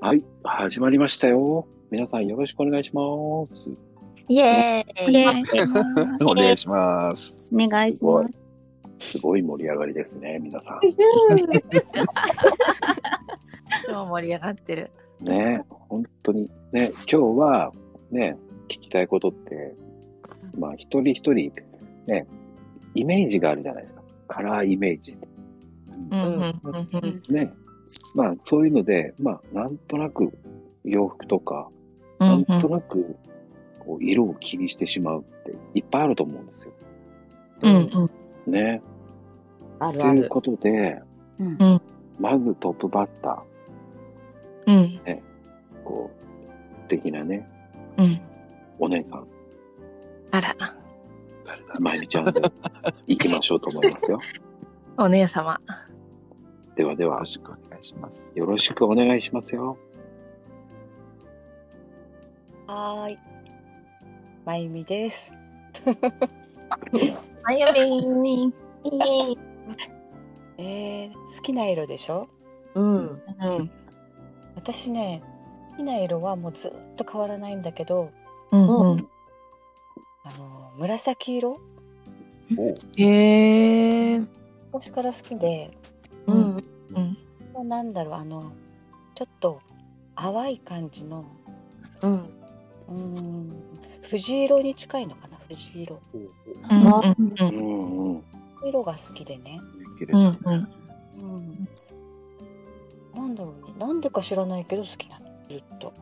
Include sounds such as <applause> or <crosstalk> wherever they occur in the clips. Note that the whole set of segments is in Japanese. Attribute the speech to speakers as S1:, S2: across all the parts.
S1: はい、始まりましたよ。皆さんよろしくお願いします。
S2: イエーイ。
S3: <laughs> お願いします。
S4: お願いします。
S1: すごい盛り上がりですね、皆さ
S2: <laughs> 今日盛り上がってる。
S1: ん。ね、本当に。ね、今日は、ね、聞きたいことって、まあ、一人一人、ね、イメージがあるじゃないですか。カラーイメージ。
S2: うんうんうんうん
S1: ね。まあ、そういうので、まあ、なんとなく洋服とか、
S2: う
S1: なん
S2: ん
S1: となく、こう、色を気にしてしまうって、いっぱいあると思うんですよ。
S2: うん
S1: ね。
S2: あ
S1: という。ことで、
S4: うん
S2: うん
S1: まずトップバッタ
S2: うん
S1: ー、こう、素敵なね、
S2: うん。
S1: お姉さん、
S2: あら、
S1: まゆみちゃんで行きましょうと思い
S2: <laughs>
S1: ますよ。
S2: お姉様。
S1: ではで
S3: よ
S1: は
S3: ろ、しくお願いします。
S1: よろしくお願いしますよ。
S5: はーい。まゆみです。
S2: まゆみ
S4: イエーイ
S5: えー、好きな色でしょ
S6: うん。
S2: うん
S5: 私ね、好きな色はもうずっと変わらないんだけど、
S2: うんうん。
S5: あの紫色
S3: おう
S6: へえ。
S5: 昔から好きで、
S6: うん。
S5: もうなんだろう、あの、ちょっと淡い感じの、
S6: うん。
S5: うーん、藤色に近いのかな、藤色。
S3: おう
S2: うんうんう
S1: うんんうん。
S5: 色が好きでね。
S3: おう
S2: うんうん
S5: うん。なんだろうね、なんでか知らないけど好きなの、ずっと。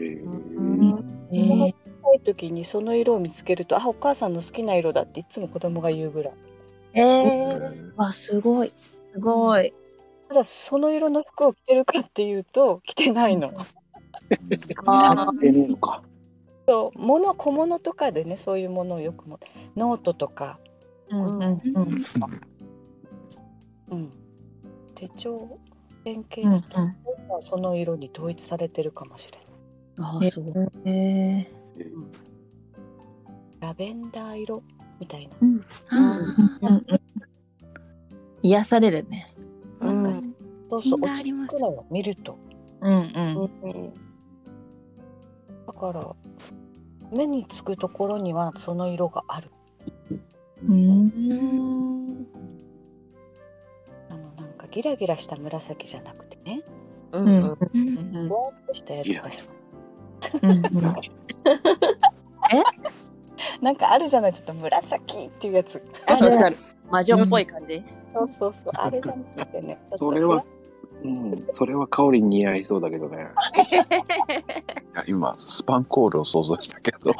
S1: え
S6: うん
S1: ー、
S5: 子供が小さい時にその色を見つけると、あ、お母さんの好きな色だっていつも子供が言うぐらい。
S4: えー、
S3: え
S4: わ、すごい。すごい。
S5: ただその色の服を着てるかっていうと着てないの。
S4: あ
S1: 出るのか。
S5: そう物小物とかでねそういうものをよくもノートとか、
S2: うんうん。
S5: うん、手帳連携して、
S2: うんうん
S5: そういうのはその色に統一されてるかもしれない。
S4: あー、すごい。
S6: へ
S5: ラベンダー色みたいな。
S2: 癒されるね。
S4: う
S6: う
S4: んなんんか
S5: そうそう
S4: 品
S5: 落
S4: があ
S5: ち
S4: ります
S5: 着くのよ見ると。
S2: うん
S5: だから目につくところにはその色がある。
S2: うん。
S5: あのなんかギラギラした紫じゃなくてね、
S2: うんうん
S6: ん。
S2: うん
S5: ぼーっとしたやつが好
S2: うん。
S5: き。なんかあるじゃないちょっと紫っていうやつ。
S2: あるあ
S6: る。魔女っぽい感じ。
S5: そうそうそう、あれじゃなくてね、ちょっと
S1: それは、うん、それは香りに似合いそうだけど
S2: <laughs>
S1: ね。
S3: いや今、スパンコールを想像したけど、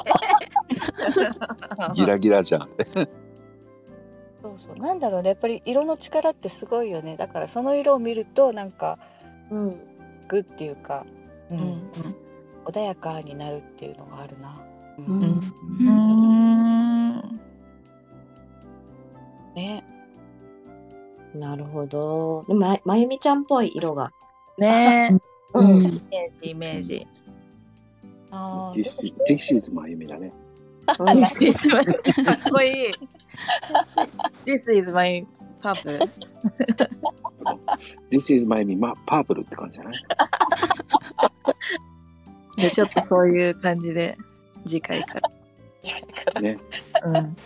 S3: ギラギラじゃん。
S5: そうそう、なんだろうね、やっぱり色の力ってすごいよね、だからその色を見ると、なんか、
S6: うん。
S5: つくっていうか、うん
S2: うん
S5: 穏やかになるっていうのがあるな。う
S6: うんん。
S2: うん。
S5: ね、
S6: なるほど。でもままゆみちゃんっぽい色が。
S2: ね
S6: う
S2: イ
S6: ん。
S2: メージイメージ。
S5: ああ、で
S1: This
S5: も
S1: is- This is まゆみだね。
S2: かっこいい。This is my <laughs> purple.
S1: This is まゆみ、ま、パープルって感じじゃない
S2: <laughs> でちょっとそういう感じで次回から。
S1: ね。
S2: うん。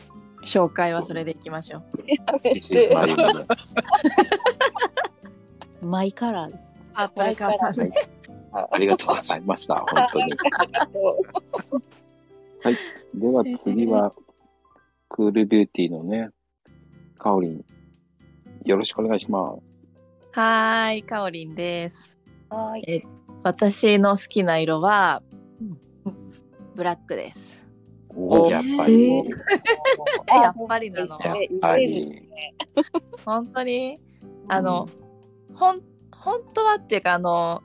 S2: 紹介はそれでいきましょう。
S5: やめ
S1: This is
S5: て
S1: まゆみだね。
S2: <laughs>
S4: マイカラー。
S2: パープルカラーで。
S1: あありがとうございま
S2: <laughs>
S1: した。本当に。はい。では次は、クールビューティーのね、かおりん。よろしくお願いします。
S2: はーい、かおりんです。
S5: はーい。
S2: 私の好きな色は、ブラックです。
S1: おやっぱ
S2: <laughs>
S1: り。
S2: えやっぱりなの
S5: あ
S1: やっぱ
S5: イ
S1: り。
S2: 本当にあの、ほん本当はっていうかあの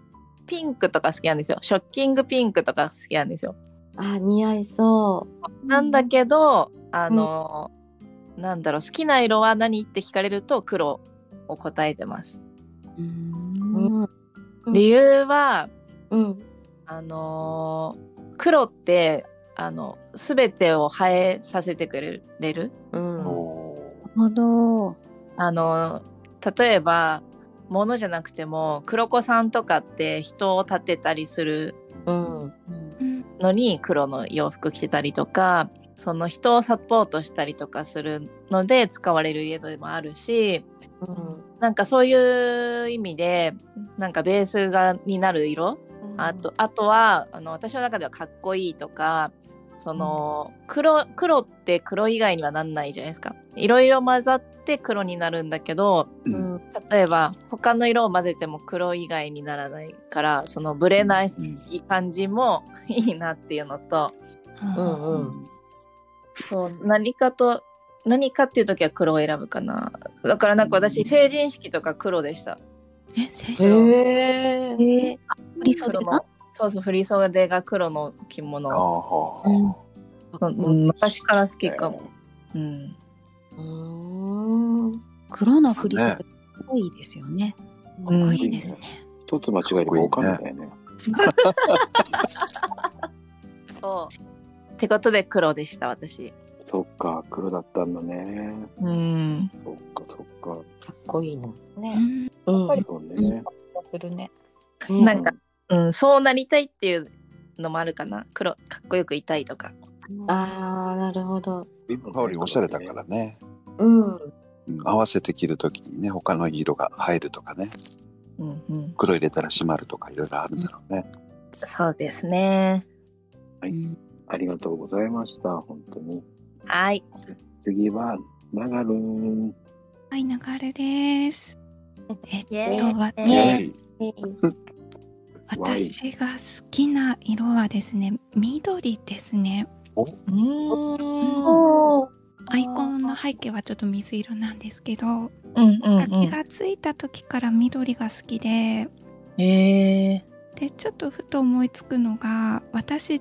S2: ピンクとか好きなんですよショッキングピンクとか好きなんですよ、
S6: あ、似合いそ
S2: なんだけどあの、なんだろう好きな色は何って聞かれると黒を答えてます、
S4: うー
S6: う
S4: ん。
S6: ん
S2: 理由は
S6: う。うん。
S2: あの黒ってあの全てを生えさせてくれる
S6: うん。
S3: おう
S4: なるほど。
S2: あの例えばものじゃなくても黒子さんとかって人を立てたりする
S6: うん。
S2: のに黒の洋服着てたりとかその人をサポートしたりとかするので使われるイエドでもあるし
S6: うん。
S2: なんかそういう意味でなんかベースがになる色あとあとはあの私の中ではかっこいいとかその黒黒って黒以外にはなんないじゃないですかいろいろ混ざって黒になるんだけど
S1: うん
S2: 例えば他の色を混ぜても黒以外にならないからそのブレない
S1: うん
S2: 感じも <laughs> いいなっていうのと
S6: うん
S1: う
S6: うんん。
S2: そう何かと何かっていう時は黒を選ぶかなだからなんか私成人式とか黒でした
S7: え、先生。
S6: へえ。
S4: ええあ、振り袖
S2: 黒
S4: が
S2: のそうそう振り袖が黒の着物
S3: ああ、はあ、
S4: うん
S3: は
S2: うん昔から好きかも、うん
S6: うん。
S4: 黒の振り袖かっこいいですよね。
S7: かっこい
S1: うん
S7: いですね。
S1: 一つ間違えればわかんないね。
S2: <laughs> そうってことで黒でした私
S1: そっか、黒だったんだね。
S2: うん
S1: そっか、そっか。
S6: かっこいいな。
S7: う
S5: ね
S7: ん
S6: う
S5: やっぱり
S1: そうね。
S5: するね。
S6: ん。
S2: なんかうん、そうなりたいっていうのもあるかな黒かっこよくいたいとか
S6: ああ、なるほど。
S3: あ。香りおしゃれだから。ね。
S6: うん。
S3: うん合わせて着るときにね、他の色が入るとかね、
S2: うんうん
S3: 黒入れたら締まるとかいろいろあるんだろうね。
S2: そうですね
S1: ありがとうございました、本当に。
S2: はい
S1: 次は、長るん。
S7: はい、流れです。えっ
S2: イエ
S7: と、
S2: ーイ
S7: わ
S3: イ
S4: ね
S3: ェイ
S7: 私が好きな色はですね、緑ですね。
S2: うーん
S6: おお。
S7: アイコンの背景はちょっと水色なんですけど、
S2: うんう
S7: 気がついた時から緑が好きで、
S2: んえ
S7: でちょっとふと思いつくのが私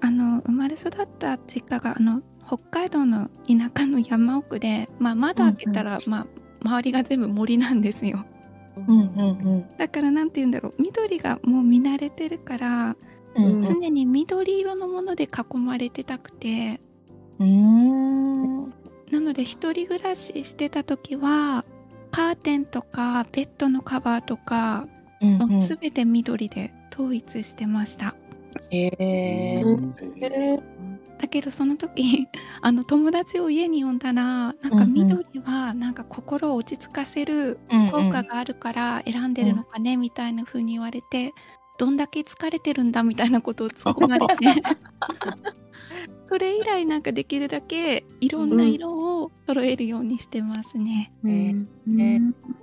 S7: あの生まれ育った実家があの北海道の田舎の山奥で、まあ、窓開けたら、まあ、周りが全部森なんですよ
S2: うんうん
S7: だからなんて言うんだろう緑がもう見慣れてるから、
S2: うん
S7: 常に緑色のもので囲まれてたくて
S2: うんう
S7: なので一人暮らししてた時はカーテンとかベッドのカバーとか
S2: ーん
S7: もう全て緑で統一してました。
S2: えー
S3: うん
S7: だけどその時 <laughs> あの友達を家に呼んだらなんか
S2: うんうん
S7: 緑はなんか心を落ち着かせる
S2: うん
S7: 効果があるから選んでるのかねみたいな風に言われてどんだけ疲れてるんだみたいなことを突っ込
S2: <laughs>
S7: まれてそれ以来なんかできるだけいろんな色を揃えるようにしてますね。
S4: うん
S6: うん。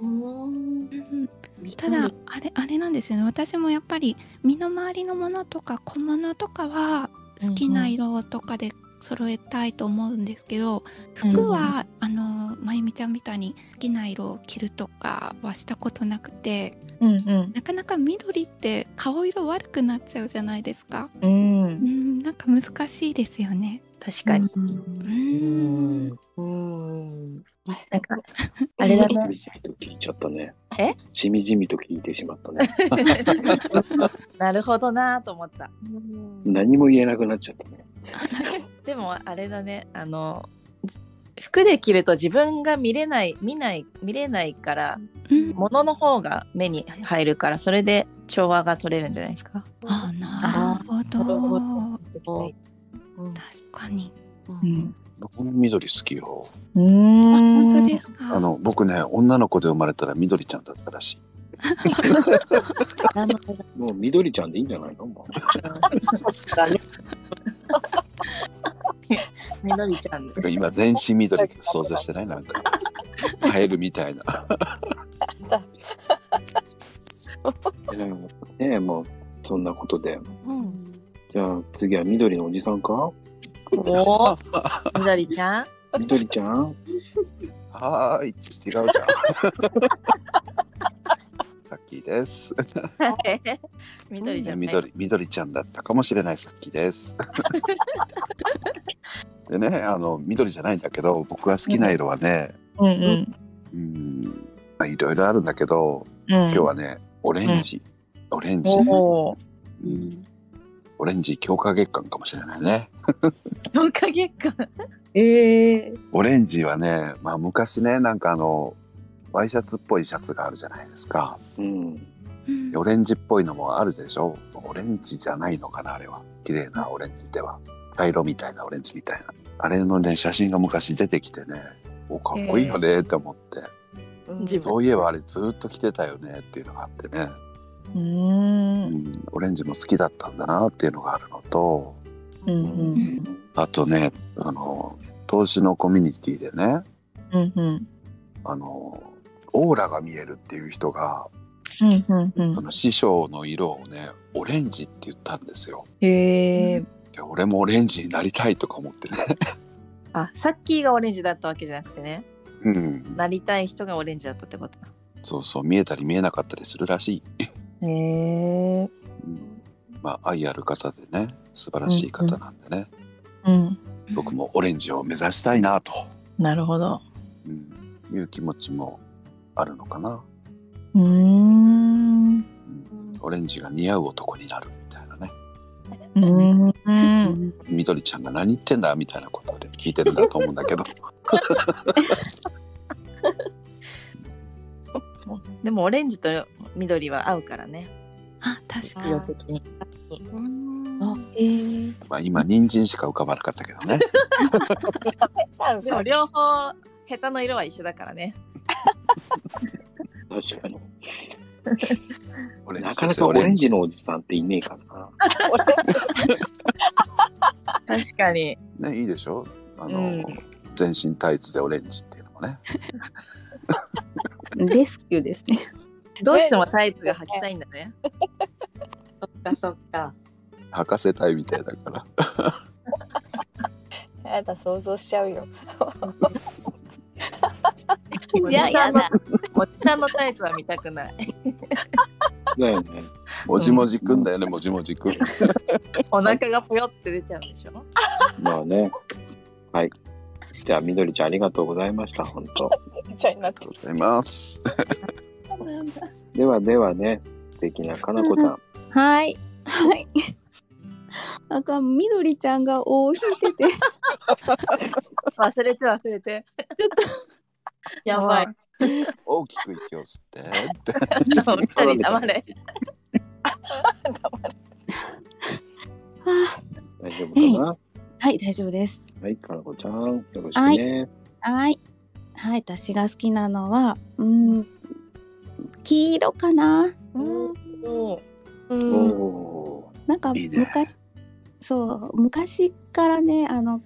S7: うんただあれあれなんですよね私もやっぱり身の回りのものとか小物とかは好きな色とかで揃えたいと思うんですけど、服は、あのまゆみちゃんみたいに好きな色を着るとかはしたことなくて
S2: うん
S7: なかなか緑って顔色悪くなっちゃうじゃないですか
S2: うんう
S7: うんんなんか難しいですよね
S2: 確かに
S7: うん
S6: うん。
S2: なんかあれだ
S1: しみ
S2: ね
S1: じみと聞いちゃったね。
S2: え
S1: しみじみと聞いてしまった
S2: <laughs>
S1: ね。
S2: なるほどなと思った
S1: 何も言えなくなっちゃったね。
S2: でもあれだねあのじ服で着ると自分が見れない見ない見れないから
S7: うん
S2: 物の方が目に入るからそれで調和が取れるんじゃないですか。
S7: あなるほ
S6: なるほ
S7: ど
S6: ど
S7: 確かに
S2: うん、
S3: 僕も緑好きよ。
S2: う
S7: あ
S2: ん
S7: 本当ですか
S3: あの、僕ね、女の子で生まれたら緑ちゃんだったらしい。
S4: 名前が
S1: もう緑ちゃんでいいんじゃないのも
S2: <laughs> みのりちゃんで
S3: 今、全身緑って想像してないなんか。カエルみたいな。
S1: うねえねえ、もう、そんなことで。
S5: うん。
S1: じゃあ次は緑のおじさんか
S2: おおみのりちゃん
S1: 緑ちゃん
S3: はーい、違うじゃん。さっきです。
S2: みのりちゃんね
S3: 緑、緑ちゃんだったかもしれないさっき <laughs> です。でね、あの、緑じゃないんだけど、僕が好きな色はね、
S2: うんうん
S3: うん、まあいろいろあるんだけど、
S2: 今
S3: 今日はね、オレンジ。オレンジ。
S2: おお
S3: うんオレンジ強化月間かもしれないね。
S2: 4か月間
S6: ええ。
S3: オレンジはね、まあ昔ね、なんかあの、ワイシャツっぽいシャツがあるじゃないですか。
S1: うん。
S7: うん
S3: オレンジっぽいのもあるでしょオレンジじゃないのかなあれは。綺麗なオレンジでは。茶色みたいなオレンジみたいな。あれのね、写真が昔出てきてね、お、かっこいいよねって思って、
S2: 自分
S3: そういえばあれずっと着てたよねっていうのがあってね、
S2: う
S3: うんん、オレンジも好きだったんだなっていうのがあるのと、
S2: うんうん
S3: あとね、あの、投資のコミュニティでね、
S2: うんうん
S3: あの、オーラが見えるっていう人が、
S2: うんうんうん
S3: その師匠の色をね、オレンジって言ったんですよ。
S2: へえ
S3: で俺もオレンジになりたいとか思って
S2: <laughs>
S3: ね。
S2: あさっきがオレンジだったわけじゃなくてね
S3: うん、
S2: なりたい人がオレンジだったってことだ
S3: そうそう見えたり見えなかったりするらしい、
S2: へえ
S3: まあ、愛ある方でね素晴らしい方なんでね、
S2: うん
S3: 僕もオレンジを目指したいなと、
S2: なるほど
S3: うん、いう気持ちもあるのかな、
S2: うーん <laughs> う
S3: うん、オレンジが似合う男になるみたいなね
S2: ーん
S3: 緑ちゃんが何言ってんだみたいなことで聞いてるんだと思うんだけど
S2: でもオレンジと緑は合うからね
S7: あ確か
S2: 色的に
S4: あ、
S3: <laughs>
S4: えー、
S3: まあ今人参しか浮かばなかったけどね
S5: チャンス
S2: でも両方下手の色は一緒だから <laughs> ね
S1: 確かに。
S3: オレン
S1: な
S3: ジ
S1: か
S3: で
S1: な
S3: す
S1: か
S3: よオ
S1: オ
S3: レ
S1: レ
S3: ン
S1: ン
S3: ジ
S1: ジのおじさんっていねえからな。
S2: 確かに
S3: ねいいでしょあの、
S2: うん
S3: 全身タイツでオレンジっていうのもね
S4: レスキューですね。
S2: <laughs> どうしてもタイプが履きたいんだね
S6: そっかそっか。
S3: 履かせたいみたいだから
S5: やだ想像しちゃうよ
S2: おじさんのおじさんのタイプは見たくない
S1: だよね。
S3: もじもじくんだよね、もじもじくん。
S2: お腹がぽよって出ちゃうんでしょ
S1: まあね。はい。じゃあ、みどりちゃんありがとうございました、本当
S5: ちゃいになって
S3: ありがとうございます。
S1: ではではね、素敵なかなこちゃん。
S4: はい。はい。なんか、みどりちゃんが多すぎてて、
S2: 忘れて忘れて
S6: やばい。
S3: 大きく息を吸って。
S2: ちょっと二人黙れ
S4: は
S1: 大丈夫かな
S4: <laughs> はい、大丈夫です。
S1: はい、かなこちゃん。よろしくね。
S4: はい。はい、私が好きなのは、うん、黄色かな。
S2: も
S1: お
S6: うん。
S1: お
S4: なんか
S3: いい
S4: 昔
S3: ね
S4: そう、昔からね、あの、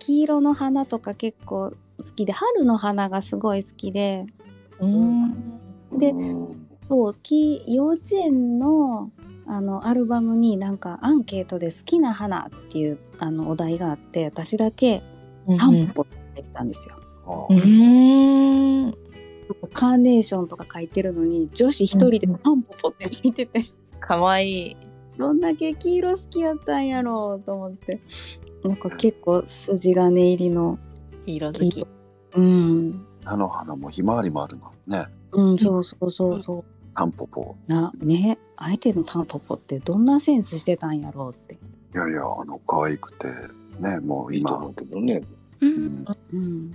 S4: 黄色の花とか結構好きで、春の花がすごい好きで、
S2: ううん
S1: ー。
S4: で
S1: うん
S4: そうき幼稚園のあのアルバムになんかアンケートで「好きな花」っていうあのお題があって私だけ
S2: う
S4: タンポポって書いてたんですよ。
S2: んうん
S4: カーネーションとか書いてるのに女子一人で
S2: うんうん
S4: タンポポって書いてて
S2: かわいい
S4: どんだけ黄色好きやったんやろうと思ってなんか結構筋金入りの
S2: 色好
S4: 黄
S2: き
S4: 色うん、
S3: 菜の花もひまわりもあるもんね。
S4: うん、そうそうそうそう
S3: タンポポ。
S4: なね相手のタンポポってどんなセンスしてたんやろうって、
S3: いやいや、あの、可愛くて。ね、もう
S1: いいと思
S3: 今
S1: う。けどね。
S7: う
S3: うんん
S4: うん、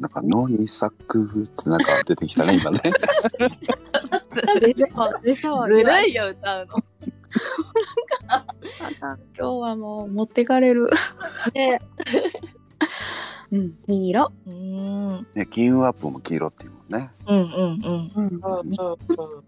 S3: なんか、野に咲くってなんか出てきたね、今
S2: <laughs>
S3: ね。
S4: でしょでしょ
S2: ずるいよ歌うの
S4: 今日はもう持ってかれる。
S6: ね
S4: <laughs> うん、黄色。
S2: うんうん
S3: ね、金運アップも黄色っていうもんね。
S2: うんうん
S4: うん、
S6: うんうん
S4: ア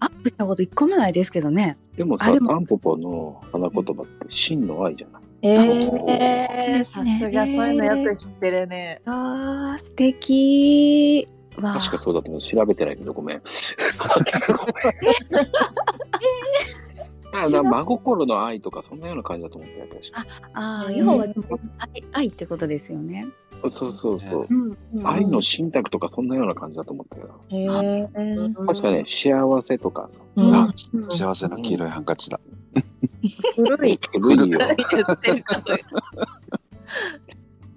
S4: ップしたこと一個もないですけどね。
S1: でもさ、
S4: あでも
S1: タンポポの花言葉って真の愛じゃない。
S2: え
S7: で
S2: ー、
S7: す
S2: さ
S7: ね
S2: すがそういうのよく知ってるね。
S4: ああ、素敵。わ
S1: 確かそうだと思う。調べてないけど、ごめん。ごめん。あだから真心の愛とか、そんなような感じだと思って確か
S4: あ
S6: ー
S4: 要はでも愛愛ってことですよね。
S1: そうそうそう。
S4: うん、
S1: 愛の信託とか、そんなような感じだと思ったけど。
S2: へえー。
S1: 確かね、幸せとかさ。
S2: うん
S3: あ幸せの黄色いハンカチだ。
S2: 古い。
S1: 古いよ。
S2: 言ってることが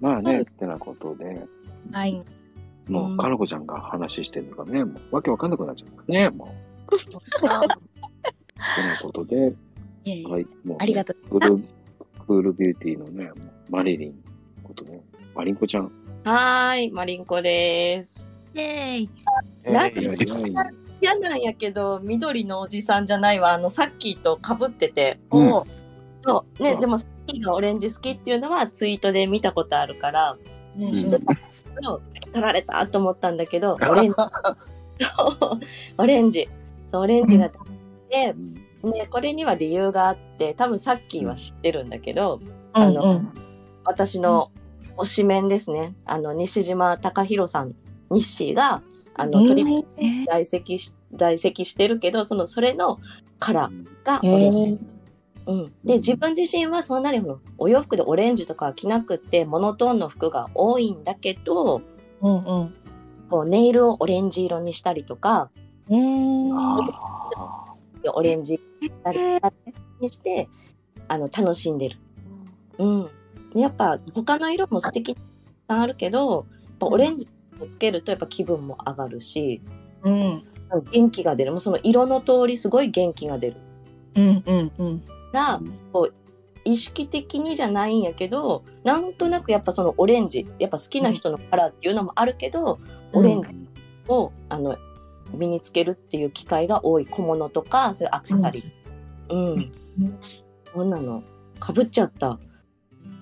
S1: <laughs> まあね、ってなことで、
S4: はい。
S1: もう、かのこちゃんが話してるのがね、もう、わけわかんなくなっちゃうからね、もう。っ
S4: <laughs>
S1: てなことで、
S4: いえいえ
S1: はい、もう、
S4: ありがと
S1: う。クール、クールビューティーのね、もうマリリンことね、マリンコちゃん。
S6: はーい、マリンコです。
S2: イェーイ。
S6: なん
S1: いや
S6: か
S1: いない
S6: 嫌なんやけど緑のおじさんじゃないわあのさっきーとかぶってて、
S3: うん
S6: そうね、
S1: うん
S6: でもさっきーがオレンジ好きっていうのはツイートで見たことあるから、うん
S3: ん
S6: 取られたと思ったんだけどオレンジそうオレンジそうオレンジが食べて、ね、これには理由があって多分さっきーは知ってるんだけど、あの私の推しメンですねあの西島貴弘さんニッシーがあの、トリプ
S7: えー
S6: 在籍し在籍してるけどそのそれのカラーがオ
S2: へ
S6: レンジ、
S2: ー
S6: うん、で自分自身はそんなにほらお洋服でオレンジとかは着なくってモノトーンの服が多いんだけど
S2: うんうん
S6: こうネイルをオレンジ色にしたりとか
S3: あ
S6: オレンジにしたりとかにしてあの楽しんでる、うん、でやっぱ他の色も素敵なあるけどやっぱオレンジをつけるとやっぱ気分も上がるし
S2: うん
S6: 元気が出るもうその色の通りすごい元気が出る。
S2: うんうんうん
S6: からこう意識的にじゃないんやけどなんとなくやっぱそのオレンジやっぱ好きな人のカラーっていうのもあるけど、
S2: うん
S6: オレンジをあの身につけるっていう機会が多い小物とかそういうアクセサリーうん、
S2: うん
S6: そんなのかぶっちゃった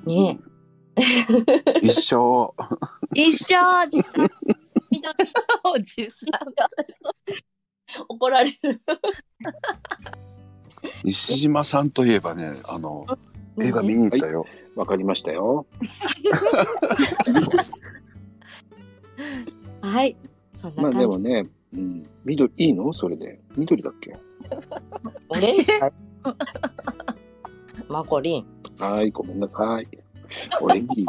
S6: ね
S3: ー一生
S6: え一緒実際緑
S2: <laughs> おじさ
S6: 怒られ
S2: <laughs>
S6: る
S3: 西島さんといえばねあの映画見に行ったよ、
S1: わかりましたよ。
S6: はいそんな
S1: まあ
S6: 感じ、
S1: でもね、うん、緑、いいのそれで。緑だっけ
S6: オレンジマコリン
S1: はーい、ごめんなさ
S4: <laughs>
S1: い。オレンジ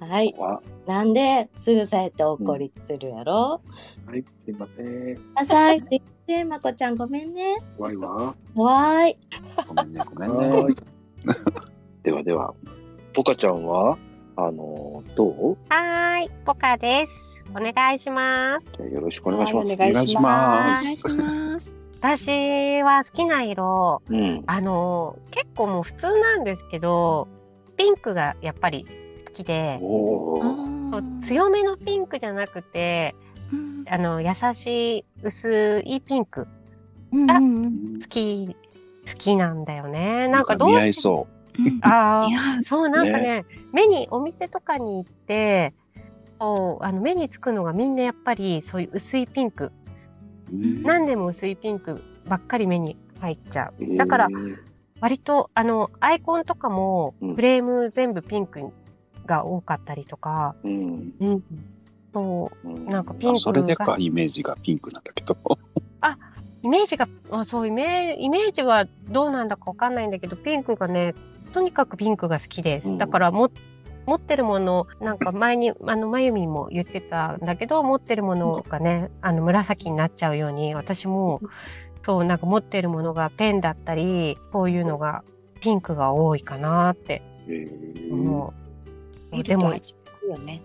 S6: はい
S1: は、
S6: なんですぐそうやって怒りするやろ、
S1: はい、すいません。
S6: なさいって言ってまこちゃんごめんね
S1: 怖いわ。
S6: 怖い
S3: ごめんねごめんね
S1: はーい。ではでは、ポカちゃんは、あのー、どう
S8: はーい、ポカです。お願いします。
S1: じゃあよろしくお願いします。
S5: はいお
S3: お
S5: 願
S3: 願
S5: い
S3: い
S5: し
S3: し
S5: ま
S3: ま
S7: お
S3: す
S7: 願いします。
S8: 私は好きな色、
S1: うん。
S8: あのー、結構もう普通なんですけど、ピンクがやっぱり好きで、
S1: お
S7: あ
S1: ー。
S7: ー
S8: 強めのピンクじゃなくて、
S7: うん
S8: あの、優しい薄いピンク
S5: うんうんうん
S8: 好き、好きなんだよね。なんかどう
S3: 似合い
S8: して
S3: そ
S7: うん
S8: ああ
S7: い、や
S8: そうなんかね目にお店とかに行ってこうあの目につくのがみんなやっぱりそういう薄いピンク
S3: う、
S8: 何でも薄いピンクばっかり目に入っちゃ
S1: え
S8: う
S1: ー
S8: だから、割とあのアイコンとかも
S1: うん
S8: フレーム全部ピンクが多かったりとか、
S1: うん。
S8: そう
S1: う
S8: なんかピン
S3: あ
S8: ク
S3: それでか
S8: が
S3: イメージがピンクなんだけど
S8: イメージがあそうイメイメージはどうなんだかわかんないんだけどピンクがねとにかくピンクが好きです、
S1: うん
S8: だからも持ってるものなんか前にあのまゆみんも言ってたんだけど持ってるものがねあの紫になっちゃうように私もそうなんか持ってるものがペンだったりこういうのがピンクが多いかなって
S1: えー
S8: 思う、
S5: 見る
S8: で
S5: と
S8: も
S5: 味いいよね。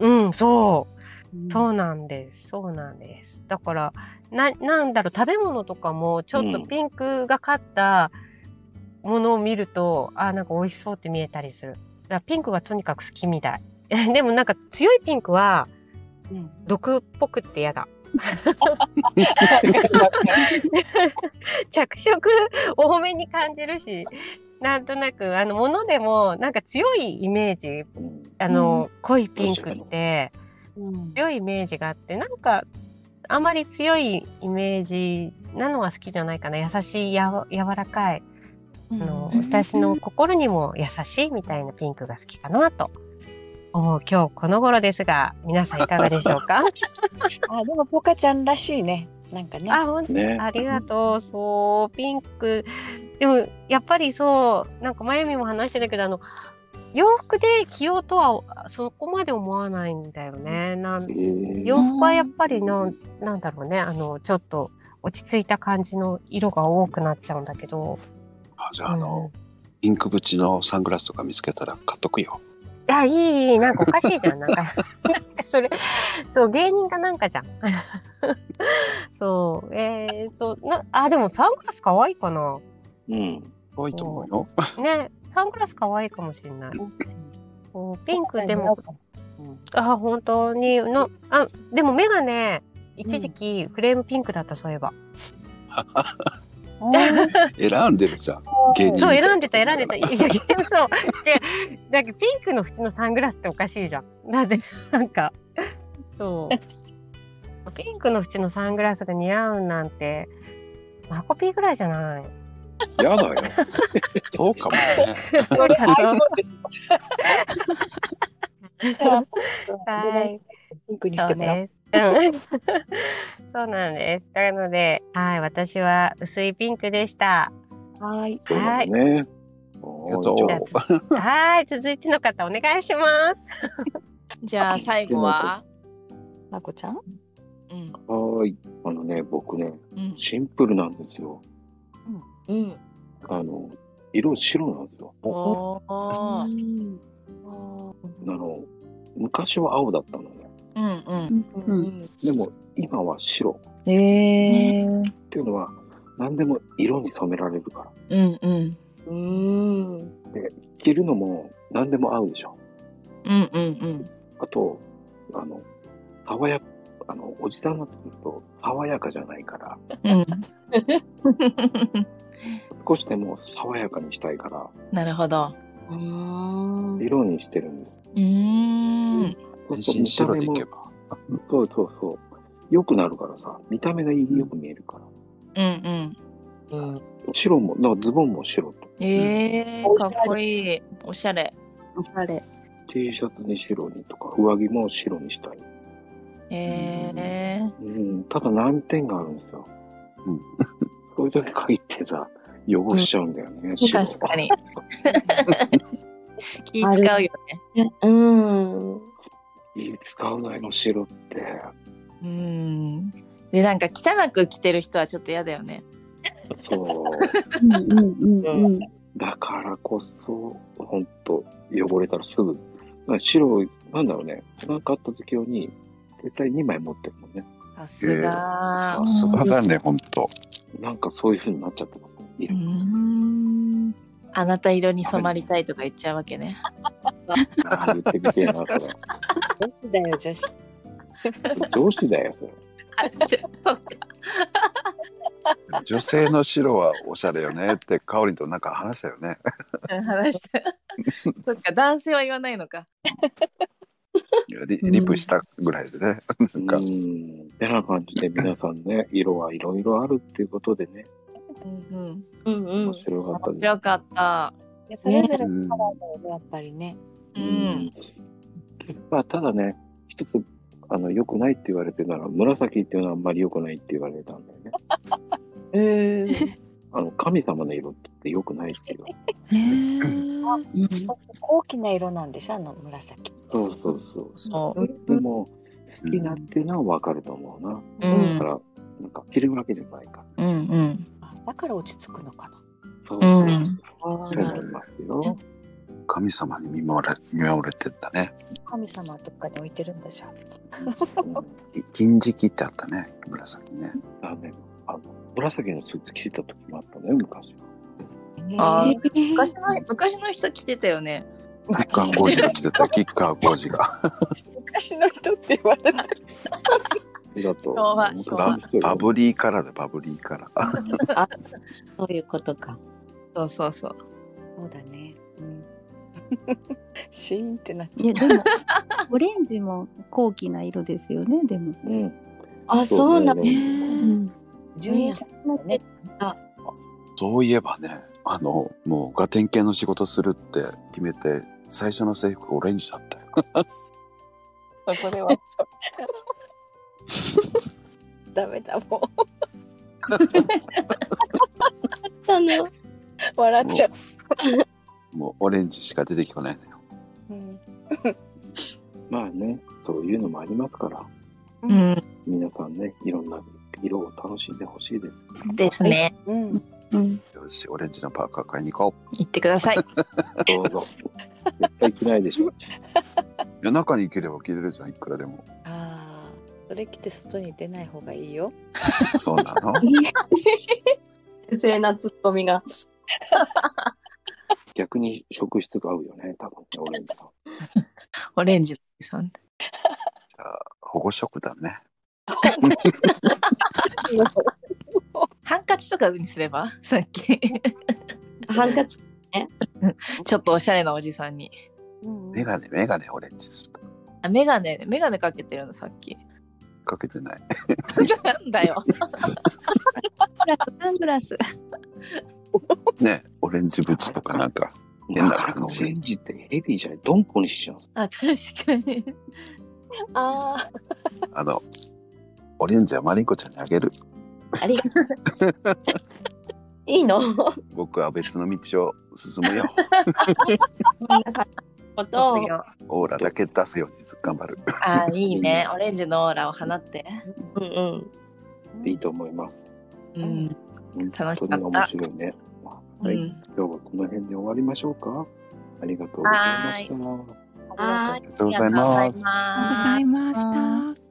S8: うんそう
S5: う
S8: そうなんです。そうなんです。だから、な、なんだろう、食べ物とかも、ちょっと
S1: うん
S8: ピンクがかったものを見ると、あーなんか美味しそうって見えたりする。だからピンクがとにかく好きみたい。で <laughs> もなんか強いピンクは、
S5: ん
S8: 毒っぽくって嫌だ。 <laughs> 着色多めに感じるし、なんとなく、あの、ものでも、なんか強いイメージ、
S1: うん
S8: あの、
S7: う
S8: 濃いピンクって、強いイメージがあってなんかあまり強いイメージなのは好きじゃないかな優しいやわ柔らかいあの、
S7: うん
S8: 私の心にも優しいみたいなピンクが好きかなと思う今日この頃ですが皆さんいかがでしょうか
S5: あでもポカちゃんらしいね。なんかね。
S8: あ本当
S1: ね
S8: ありがとうそうピンクでもやっぱりそうなんかまゆみも話してたけどあの洋服で着ようとはそこまで思わないんだよねなん
S1: えー
S8: 洋服はやっぱりなんなんだろうねあのちょっと落ち着いた感じの色が多くなっちゃうんだけど、
S3: あじゃ
S8: うん、
S3: ああの、ピンク縁のサングラスとか見つけたら買っとくよ
S8: いやいいいいなんかおかしいじゃんなんか <laughs> なんかそれそう芸人かなんかじゃん <laughs> そうえー、そうなあでもサングラス可愛いかな
S1: うん。
S3: 多いと思うよ
S8: ねサングラス可愛いかもしれないこうピンクでも
S5: うん
S8: あ、本当に。のあ、でも目がね、一時期フレームピンクだった、そういえば。 <laughs>
S3: 選んでるじゃん。芸人み
S8: そう、
S3: たい
S8: 選んでた、選んでた。いや、でもそう。違う、だけどピンクの縁のサングラスっておかしいじゃん。なぜ、 <laughs> なんか、そう。ピンクの縁のサングラスが似合うなんて、マコピーぐらいじゃない。
S1: やだよ。
S3: そうかもね。
S8: そうかなはい。
S5: ピンクにしてもらう。
S8: そうです。うんそうなんです。なので、はい、私は薄いピンクでした。
S5: はい。
S1: そうなんだね。
S3: えっ
S1: おー
S3: と
S1: じゃ
S8: は
S1: あ、
S8: い、続いての方お願いします。
S2: じゃあ最後は、
S5: まこちゃん
S2: うん
S1: はーい。あのね、僕ね、
S2: うん、
S1: シンプルなんですよ。
S6: うん。
S1: あの、色白なんですよ。
S2: おお、
S1: あの、昔は青だったのね。
S2: うんうん、
S6: う
S4: うん
S6: ん。
S1: でも、今は白。
S2: えー、
S1: っていうのは、何でも色に染められるから。
S2: うんうん
S6: うん。
S1: 着るのも何でも合うでしょ。
S2: うんうんうん
S1: あと、あの、爽や、あの、おじさんが作ると爽やかじゃないから、
S2: うん。
S1: 少しでも爽やかにしたいから、
S2: なるほど。
S6: あ
S1: 色にしてるんです。
S2: うーん。
S1: そうす
S3: 変
S1: ると
S3: 身白でい
S1: 見
S3: け
S1: た目も、そ
S3: ば。
S1: うそうそう。良くなるからさ、見た目がよく見えるから。
S2: うんうん。
S6: あ。うん。
S1: 白も、だからズボンも白と。
S2: えー、かっこいい。おしゃれ。
S4: おしゃれ。
S1: T シャツに白にとか、上着も白にしたい。
S2: えー、
S1: うん、ただ難点があるんですよ。
S3: うん
S1: <laughs> そういう時限ってさ、汚しちゃうんだよね。白
S2: 確かに。気使うよね。
S6: うん。
S1: いい使うないの白って。
S2: うん。で、なんか汚く着てる人はちょっと嫌だよね。
S1: そう。
S4: うんうんうんうん。
S1: だからこそ、ほんと、汚れたらすぐ。だから白、なんだろうね。なんかあった時用に、絶対2枚持ってるもんね。
S2: さすが
S3: さ。すがだね、ほんと。
S1: なんかそういう風になっちゃってますね。いうる
S2: ん。 <laughs> あなた色に染まりたいとか言っちゃうわけね。
S1: あー言ってみてえな、それ。
S5: 女子だよ、
S2: <laughs>
S5: 女子。
S1: 上司だよ、それ。
S2: そう
S3: 女性の白はおしゃれよねって、かおりんとなんか話したよね。
S2: 話した。そっか、男性は言わないのか。
S3: いやリリプしたぐらいでね。なんか
S1: う、ん。てな感じで皆さんね、色はいろいろあるっていうことでね、
S2: うんうん。
S6: うんう
S1: 面
S6: ん。
S1: 白かった
S2: 面
S1: で
S2: 白かった。
S5: いやそれぞれ
S3: う
S5: の
S3: ん
S5: カラーだよね、やっぱりね。
S2: う
S1: す。
S2: ん。
S1: うん。 <laughs> まあ、ただね、一つ、あの、良くないって言われてたのは、紫っていうのはあんまり良くないって言われたんだよね。
S6: え
S1: あの、神様の色って良くないって言われて。
S7: えー、
S5: ちょっと高貴な色なんでしょ、あの紫。
S1: そうそうそう。
S2: そ
S1: でも、好きなっていうのは分かると思うな。
S2: う。う
S1: だか
S2: ん。
S1: ら、なんか、着れるわけじゃないから。
S2: うんうん。
S5: あだから落ち着くのかな。
S1: そう
S2: う
S1: そう。
S2: ん
S1: そう思いますよ。
S3: 神様に見守れ見守れてんだね。
S5: 神様とかに置いてるん
S6: <laughs>
S5: でしょ。
S1: うん
S3: き金色ってあったね、紫ね。
S1: あのね、あの、紫のスーツ着てた時もあったのよ、昔は。
S2: あー
S6: ー
S2: 昔の昔の人着てたよね。
S3: キッカー工事が来て <laughs> た、キッカー工事が。
S5: 昔の人って言われた。
S1: だと、
S2: 昭和
S1: 昔
S2: 昭
S3: バ
S2: 和
S1: の人よ
S3: バブリーカラーだ、バブリーカラー。
S6: そういうことか。
S2: そうそうそう。
S5: そうだね。うん。シーンってなっ
S4: い
S5: ちゃう。
S4: やでも <laughs> オレンジも高貴な色ですよねでも。
S1: うん。
S6: あ、そうなん
S1: だ
S6: だ。
S7: え
S1: ね。
S7: ー、
S5: 純円ちゃんだね。
S3: そういえばね、あの、もうガテン系の仕事するって決めて、最初の制服オレンジだったよ。 <laughs>
S5: それは。そうダメだも
S6: <laughs>
S5: う
S6: あの、
S5: 笑っちゃう。
S3: もうオレンジしか出てきてないのよ。
S5: うん。
S1: まあね、そういうのもありますから、
S2: うん。
S1: 皆さんね、いろんな色を楽しんでほしいです。
S2: ですね。
S5: うん。
S4: うん。
S3: よし、オレンジのパーカー買いに行こ
S2: 言ってください。
S1: どうぞ。絶対着ないでしょ。
S3: う。夜中に行ければ着れるじゃん、いくらでも。
S5: ああ。それ着て外に出ない方がいいよ。
S3: そうな
S5: <laughs>
S3: の
S6: <laughs> 不正なツッコミが。
S1: 逆に職質が合うよね、多分ね、オレンジさん。
S2: オレンジさ
S5: <laughs>
S2: ん。
S3: 保護色だね。
S2: ハンカチとかにすればさっき
S6: ハンカチ、
S2: ちょっとおしゃれなおじさんに 음.
S3: メガネ、メガネオレンジする。
S2: あメガネメガネかけてるのさっき
S3: かけてない。
S2: なんだよ
S4: サング
S2: <laughs>
S4: ラス。
S3: ね、オレンジブチとかなんか、変な感じ
S1: オレンジってヘビーじゃないドンコにしちゃう。
S2: あ確かに
S5: あ
S3: あの、オレンジはマリンコちゃんにあげる。
S6: ありがとう。いいの <laughs>
S3: 僕は別の道を進
S1: <laughs>
S3: むよ。
S6: ことを。
S3: オーラだけ出すように頑張る。
S2: あいいねオレンジのオーラを放って
S6: うんうん。
S1: いいと思います。
S2: うん、楽しか
S1: 本
S2: った
S1: 当に面白いね。
S2: う
S1: はい、
S2: ん、
S1: 今日はこの辺で終わりましょうか。ありがとうございました。
S2: は
S3: ありがとうございます。
S7: ございました。